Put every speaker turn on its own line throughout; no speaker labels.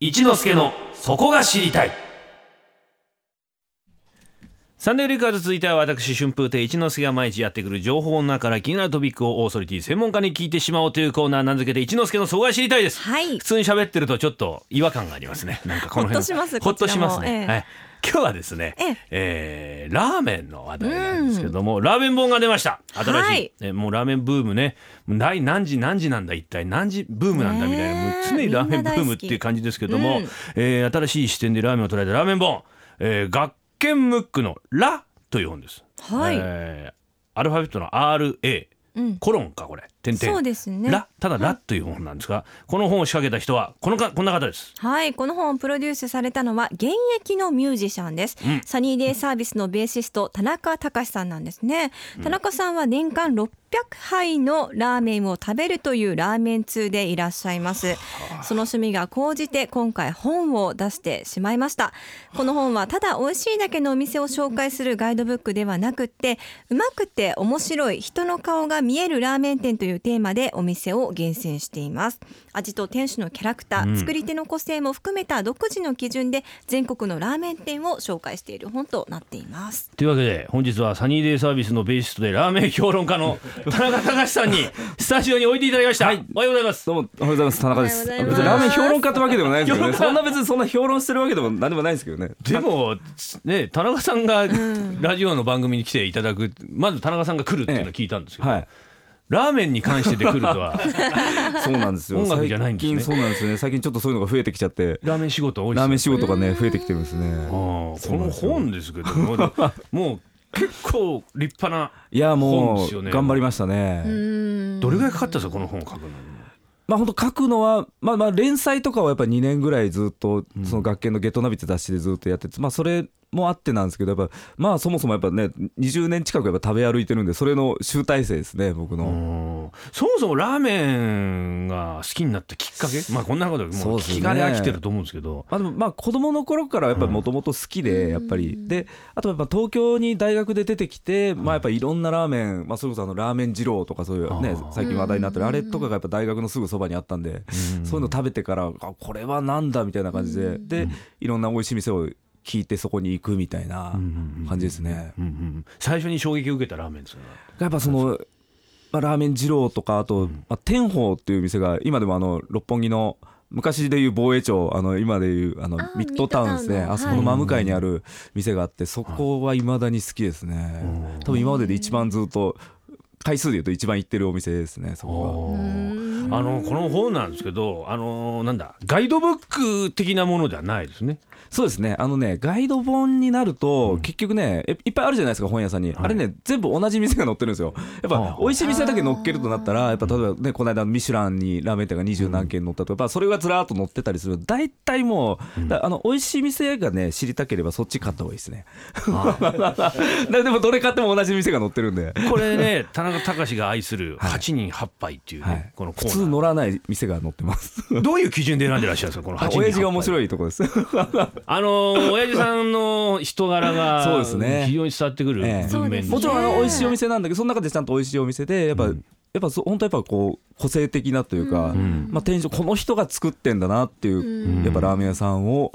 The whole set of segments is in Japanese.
一之助のそこが知りたいサンデーリカーズ続いては私春風亭一之輔が毎日やってくる情報の中から気になるトピックをオーソリティ専門家に聞いてしまおうというコーナー名付けて一之輔のそこが知りたいです、
はい
普通に喋ってるとちょっと違和感があります ねなんかこの辺
ほっとします
ほっとします
こちら
ね、
もええ
はい今日はですね、
ええ
えーラーメンの話題なんですけども、ラーメン本が出ました新しい、
はい
えもうラーメンブームねない何時何時なんだ一体何時ブームなんだみたいな、
ねえ
もう常にラーメンブームって
みんな大好
いう
き
感じですけども、
うん
えー新しい視点でラーメンを捉えたラーメン本、えー、学研ムックの「ラ」という本です。
はい
えーアルファベットの RA、
うん
コロンかこれ点々
そうですね
ラただ「ラ」という本なんですが、この本を仕掛けた人はこのかこんな方です。
はいこの本をプロデュースされたのは現役のミュージシャンです、
うん
サニーデイサービスのベーシスト田中隆さんなんですね田中さんは年間600杯のラーメンを食べるというラーメン通でいらっしゃいますその趣味が高じて今回本を出してしまいましたこの本はただ美味しいだけのお店を紹介するガイドブックではなくってうまくて面白い人の顔が見えるラーメン店というテーマでお店を厳選しています味と店主のキャラクター、作り手の個性も含めた独自の基準で全国のラーメン店を紹介している本となっています
というわけで本日はサニーデイサービスのベーシストでラーメン評論家の田中隆さんにスタジオにおいていただきました、おはようございます
どうもおはようございます田中です。
おは
別
ようご
に
ざい
ラ
ま
ー
す
メン評論家ってわけでもないですけどね。
評論
そんな別にそんな評論してるわけでも何でもないですけどね。
でもね田中さんがラジオの番組に来ていただくまず田中さんが来るっていうのを聞いたんですけど、
はい。
ラーメンに関してで来るとは
そうなんですよ。
音楽じゃないんですね
最近そうなんですよね。最近ちょっとそういうのが増えてきちゃって、
ラーメン仕事多いですね
ラーメン仕事がね増えてきてるんですね。
ああ
そ
こ
うなん
の
ですよ
本ですけどももう結構立派ない
や
本
も
ですよ
う
ね
頑張りましたね。
どれぐらいかかったんですかこの本を書くのに
まあ本当書くのはまあまあ連載とかはやっぱ2年ぐらいずっとその学研のゲットナビって雑誌でずっとやってて、まあそれもあってなんですけどやっぱまあそもそもやっぱね20年近くやっぱ食べ歩いてるんでそれの集大成ですね僕の。
うんそもそもラーメンが好きになったきっかけまあこんなこと
そ
も
う
う
ですね
聞き慣れ飽きてると思うんですけど
まあ、でもまあ子供の頃からやっぱりもともと好きでやっぱり、であとやっぱ東京に大学で出てきて、まあやっぱいろんなラーメン、まあ、それこそあのラーメン二郎とかそういう
あ
ね
ー
最近話題になってるあれとかがやっぱ大学のすぐそばにあったんで、そういうの食べてからあこれはなんだみたいな感じでで、いろんな美味しい店を聞いてそこに行くみたいな感じですね。
うんうん最初に衝撃を受けたラーメンですよね
やっぱその、まあ、ラーメン二郎とかあと、まあ、天宝っていう店が今でもあの六本木の昔でいう防衛庁あの今でいうあの
あー
ミッドタウンですね
ミッドタウンの
あそこの真向かいにある店があってそこはいまだに好きですね、多分今までで一番ずっと回数でいうと一番行ってるお店ですねそこ
おーあのこの本なんですけどあのなんだガイドブック的なものではないですね
がそうですねあのねガイド本になると、結局ねえいっぱいあるじゃないですか本屋さんに、あれね全部同じ店が載ってるんですよやっ
あ
ぱ
ー
美味しい店だけ載っけるとなったらやっぱ例えばねこの間ミシュランにラーメン店が二十何軒載ったとかやっぱそれがずらーっと載ってたりする大体もうだあの美味しい店がね知りたければそっち買った方がいいですね でもどれ買っても同じ店が載ってるんで
これね田中隆が愛する8人8杯っていうね、
はい
このコ
普通
ーナ
乗らない店が載ってます
ーどういう基準で選んでらっしゃるんですかこの8人8杯
親父が面白いとこです
あのー親父さんの人柄
そう
が
ですね
非常に伝わってくる
ええ
文面に
もちろんあの美味しいお店なんだけどその中でちゃんと美味しいお店でやっぱ、やっぱそ本当やっぱこう個性的なというか、まあ、店主この人が作ってんだなっていう、やっぱラーメン屋さんを、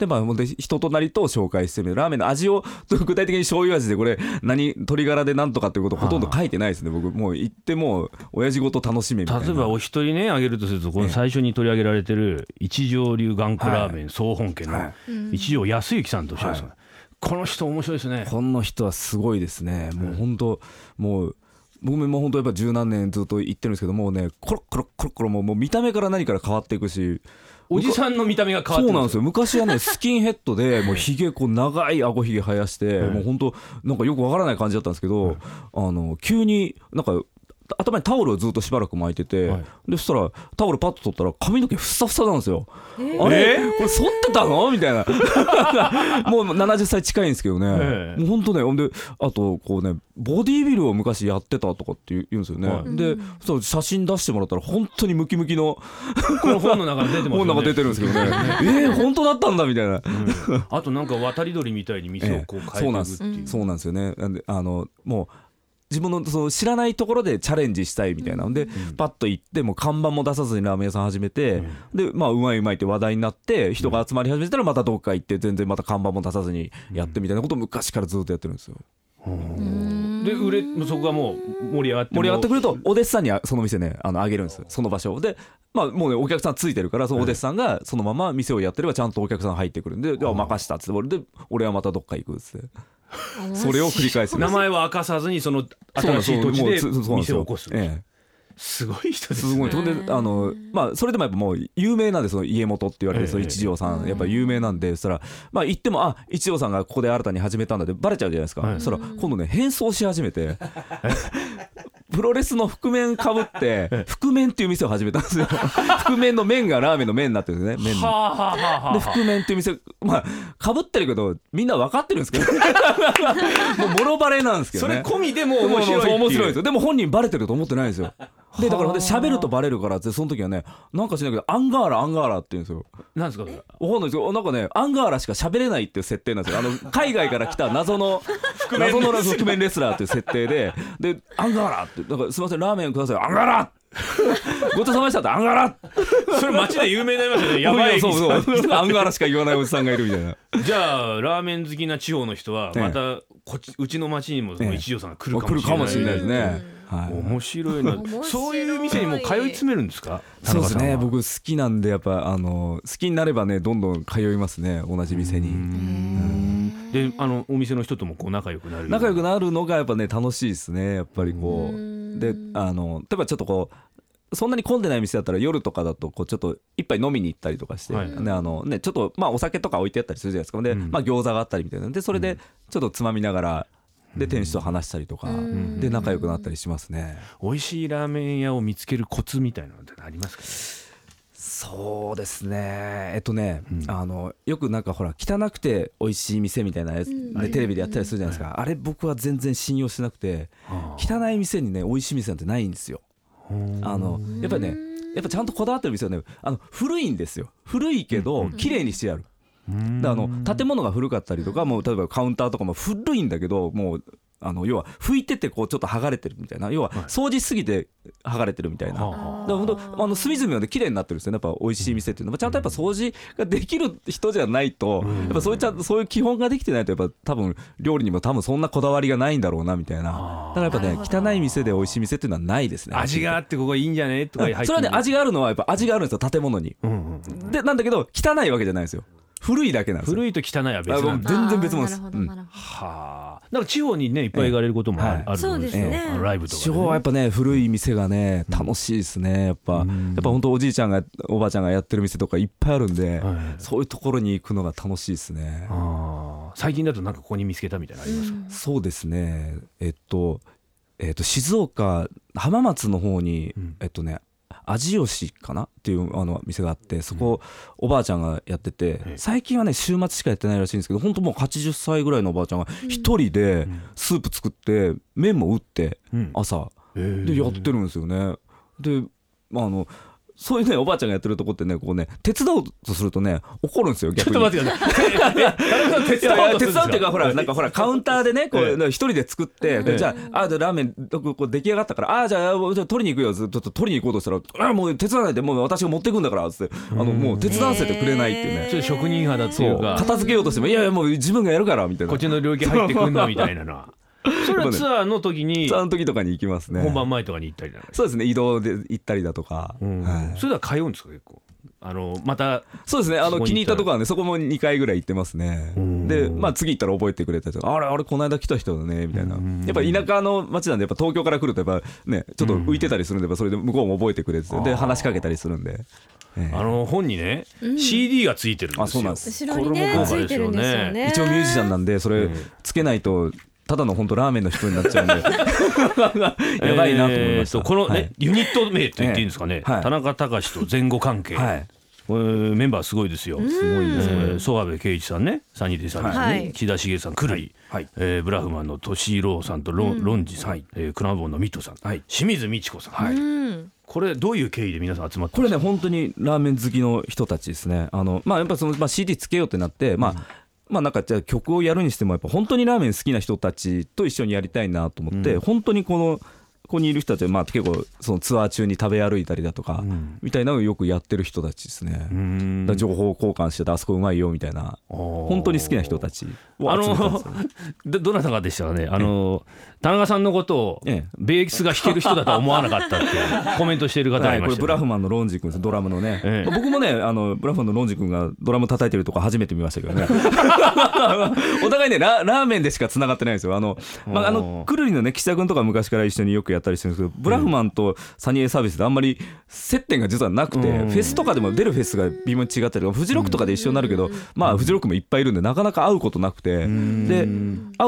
でまあほんで人となりと紹介してみるラーメンの味を 具体的に醤油味でこれ何鶏ガラでなんとかっていうことほとんど書いてないですね僕もう行ってもう親父ごと楽しみみたいな
例えばお一人ね挙げるとするとこの最初に取り上げられてる一条流眼庫ラーメン総本家
は
の一条康之さんとおっしゃるんですよねこの人面白いですね
この人はすごいですね、もう本当、もう、僕も本当、やっぱ十何年ずっと言ってるんですけど、もうね、コロッコロッコロッコロ、もうもう見た目から何から変わっていくし、
おじさんの見た目が変わっ
そ
て
う
くる
なんですよ、昔 はね、スキンヘッドで、もうひげ、こう長い顎ひげ生やして、もう本当、なんかよくわからない感じだったんですけど、あの急になんか、頭にタオルをずっとしばらく巻いてて、
はい
でそしたらタオルパッと取ったら髪の毛ふさふさなんですよ、あれこれ剃ってたのみたいな もう70歳近いんですけどね、
ええ
もうほんとねほんであとこうねボディービルを昔やってたとかって言う言うんですよね、
はい
でそう写真出してもらったら本当にムキムキの
この本の中に出てますよ
本なんか出てるんですけ どねえー、本当だったんだみたいな、
うんあとなんか渡り鳥みたいに店をこう変えていくっていう
そうなんですよねなんであのもう自分のその知らないところでチャレンジしたいみたいなので、パッと行ってもう看板も出さずにラーメン屋さん始めて、でまあうまいうまいって話題になって人が集まり始めたらまたどっか行って全然また看板も出さずにやってみたいなことを昔からずっとやってるんですよ。
で売れそこがもう盛り上がって
盛り上がってく
る
るとお弟子さんにあその店ねあのあげるんですその場所をでまあもうねお客さんついてるからそのお弟子さんがそのまま店をやってればちゃんとお客さん入ってくるんで「であ任した」っつって俺で俺はまたどっか行くっつってそれを繰り返すんで
名
す
前は明かさずにその新しい土地で店を起こす
ええ
すごい人ですす
ごい
ね
とんであのまあそれでもやっぱもう有名なんでその家元って言われ
ええ
るその一条さんやっぱ有名なんでそしたらまあ行ってもあ一条さんがここで新たに始めたんだってバレちゃうじゃないですか
はい
そしたら今度ね変装し始 めてプロレスの覆面かぶって覆面っていう店を始めたん ですよ覆面の麺がラーメンの麺になってるんですね麺
は
の
あはあはあは
で
あ
覆面っていう店まあかぶってるけどみんな分かってるんですけど もうもろバレなんですけど
そ
ね
れ込みでも面
面
白いっ
白
て
い
いう
面白いですよでも本人バレてると思ってないん ですよでだからで喋るとバレるからってその時はねなんかしないけどアンガーラアンガーラって言うんですよ
なんですかそれ
わかんないですよなんかねアンガーラしか喋れないっていう設定なんですよ あの海外から来た謎の
面レスラ
謎
ー
のラ覆面レスラーっていう設定ででアンガーラってだからすいませんラーメンくださいアンガーラ ごちそうさまでしたってアンガーラ
それ街で有名になりまし たよねやばい
そうそうそうアンガーラしか言わないおじさんがいるみたいな
じゃあラーメン好きな地方の人は
ええ
またこっちうちの町にもその
ええ
一条さんが来るか
来
も
る
しれな
かも
い
しれないですね、はい、
面白いな
面白い
そういう店にもう通い詰めるんですか
そうです
田中
ね
さんは
僕好きなんでやっぱあの好きになればねどんどん通いますね同じ店に
であのお店の人ともこう仲良くなる
仲良くなるのがやっぱね楽しいですねやっぱりこうであの例えばちょっとこうそんなに混んでない店だったら夜とかだとこうちょっと一杯飲みに行ったりとかして、
はい
ねあのね、ちょっとまあお酒とか置いてあったりするじゃないですかで、
うん
まあ、餃子があったりみたいなでそれでちょっとつまみながらで店主と話したりとか、
ん
で仲良くなったりしますね。
美味しいラーメン屋を見つけるコツみたいなのってありますか、ね、
そうですねえっとね、
うん
あのよくなんかほら汚くて美味しい店みたいなやつ、
ん
でテレビでやったりするじゃないですか、あれ僕は全然信用してなくて汚い店にね美味しい店なんてないんですよあのやっぱりねやっぱちゃんとこだわってる店はねあの古いんですよ古いけど綺麗にしてある、だからあの建物が古かったりとかもう例えばカウンターとかも古いんだけどもうあの要は拭いててこうちょっと剥がれてるみたいな要は掃除しすぎて剥がれてるみたいな、だから本当あの隅々まで綺麗になってるんですよねやっぱ美味しい店っていうのはちゃんとやっぱ掃除ができる人じゃないと、やっぱそういうちゃんとそういう基本ができてないとやっぱ多分料理にも多分そんなこだわりがないんだろうなみたいなだからやっぱね汚い店で美味しい店っていうのはないですね
味があってここがいいんじゃねとか
う
入
ん
って
それはね味があるのはやっぱ味があるんですよ建物に、
ん
でなんだけど汚いわけじゃないんですよ古いだけなんですよ
古いと汚いは別な
あも
ん
う
だ
全然別物です
あーなるほど
うん
なるほど
はあだから地方にねいっぱい行かれることもある,、
はい
あると思うんですよ
そうですね
あのライブとか
地
でね、
方はやっぱね古い店がね楽しいですねやっぱやっぱ本当おじいちゃんがおばあちゃんがやってる店とかいっぱいあるんで、
はい
そういうところに行くのが楽しいですね、
あー最近だとなんかここに見つけたみたいなのありますか、
そうですねえっとえっと静岡浜松の方に、
うん
えっとね味吉かなっていうあの店があってそこ、おばあちゃんがやってて、
え
最近はね週末しかやってないらしいんですけど本当もう80歳ぐらいのおばあちゃんが一人でスープ作って麺も打って
うん
朝、
えー
でやってるんですよね。で、まあ、あのそういうねおばあちゃんがやってるとこってねこうね手伝おうとするとね怒るんですよ
ちょ
逆
っ
に。
と待ってくださいええ田中さん手
い
伝お
やい
う
や
とするん
手
です
伝うっていうかほらな んかほらカウンターでねこ
ええ
う一人で作って
ええ
でじゃああじゃあラーメンこう出来上がったからあじゃあじゃあ取りに行くよずっと取りに行こうとしたらあもう手伝わないでもう私が持ってくんだからっつってあのもう手伝わせてくれないっていう
ちょ
ね
っと職人派だってい
そう
うか
片付けようとしてもいやいやもう自分がやるからみたいな
こっちの領域入ってくんなみたいなのはそれはツアーの時に
その時とかに行きますね
本番前とかに行ったりだとか
そうですね移動で行ったりだとかはい
それでは通うんですか結構あのまた
そうですねあ
そ
の
こに行ったら
気に入ったところはねそこも2回ぐらい行ってますねでまあ次行ったら覚えてくれたりとかあれあれこの間来た人だねみたいなやっぱ田舎の町なんでやっぱ東京から来るとやっぱねちょっと浮いてたりするんでやっぱそれで向こうも覚えてくれててで話しかけたりするんでええ
あの本にね、CD がついてるんですよ
あそうなんです
後ろにね
これも豪
つ
華
いてるんですよね
一応ミュージシャンなんでそれつけないとただの本当ラーメンの人になっちゃうんで やばいなと思いまし
えー
た
とこのね、
はい
ユニット名と言っていいんですかね、
ええはい
田中隆と前後関係、
はい
これメンバーすごいですよ。すごいですね。曽我部圭一さんね、サニーデイさんですね、
はい
木田茂さん、狂い、
はい
えーブラフマンの敏郎さんとロン、ロンジさん、えークラボンのミトさん、清水美智子さん、
うん
これどういう経緯で皆さん集まって
これね本当にラーメン好きの人たちですねあのまあやっぱその、まあ、CD つけようってなってまあ、まあなんかじゃあ曲をやるにしてもやっぱ本当にラーメン好きな人たちと一緒にやりたいなと思って、
うん
本当にこのここにいる人たちはまあ結構そのツアー中に食べ歩いたりだとか、
うん
みたいなのをよくやってる人たちですね、だ
う
か
ん
ら情報交換しててあそこうまいよみたいな
本
本当に好きな人たちを
あ
集めたんで
の
すよ、
どどなたかでしたかねあの田中さんのことを
ええ
ベースが弾ける人だとは思わなかったって コメントしている方が
はいい、
ま
これ
した
ブ
ね、
ラフマンのロンジ君ですドラムのね、
ええ
僕もねあのブラフマンのロンジ君がドラム叩いてるとこ初めて見ましたけどね お互いねララーメンでしか繋がってないんですよあの,、まあ、
おー
あのくるりのね岸田君とか昔から一緒によくやったりしてるんですけどブラフマンとサニーエサービスであんまり接点が実はなくて、
うん
フェスとかでも出るフェスが微妙に違ったりフジロックとかで一緒になるけど、まあフジロックもいっぱいいるんでなかなか会うことなくて、で会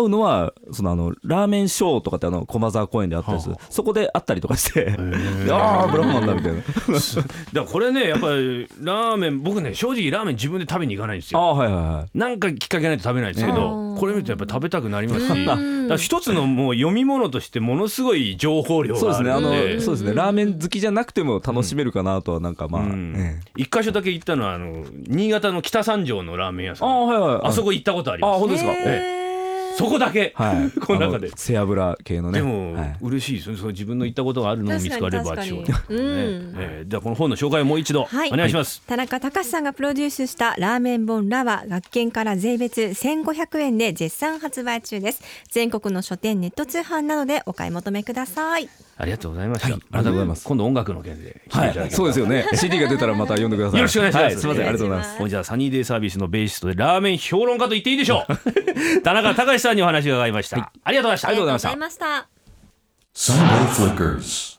うのはそのあのラーメンショーとかってあの駒沢公園であったりする、そこで会ったりとかして、で ああブラフマンだみ たいな。
だからこれねやっぱりラーメン僕ね正直ラーメン自分で食べに行かないんです
あ
よ
あはいはいはい
なんかきっかけないと食べないんですけど
うん
これ見るとやっぱ食べたくなりますし
ん
だから一つのもう読み物としてものすごい情報量
そうで
があ
す
る
ねあ
の
の
で
そうですねラーメン好きじゃなくても楽しめるかなとはなんかまあ、
うん
ええ
一箇所だけ行ったのはあの新潟の北三条のラーメン屋さ
ああ
ん
はいはい
あそこ行ったことあり
あ
ます
本当ですか、
へー
えそこだけ、
はい
この中で
あ背脂系のね
でも、
はい
嬉しいですねその自分の行ったことがあるのを見つかれば
確か
ちょ
に
う
確かに
どね
うん
えーじゃあこの本の紹介をもう一度、
はい
お願いします、
田中隆さんがプロデュースしたラーメン本ラは学研から税別1500円で絶賛発売中です全国の書店ネット通販などでお買い求めください
ありがとうございました、
はいありがとうございます
今度音楽の件で聞いていただければ、
はい、そうですよね CD が出たらまた読んでください
よろしくお願いします、
はい、すいませんありがとうございます
す
じゃあサニーデイサービスのベーシストでラーメン評論家と言っていいでしょ う田中隆さんにお話を伺いました、ありがとうございました
ありがとうございました
ました
Sunday Flickers.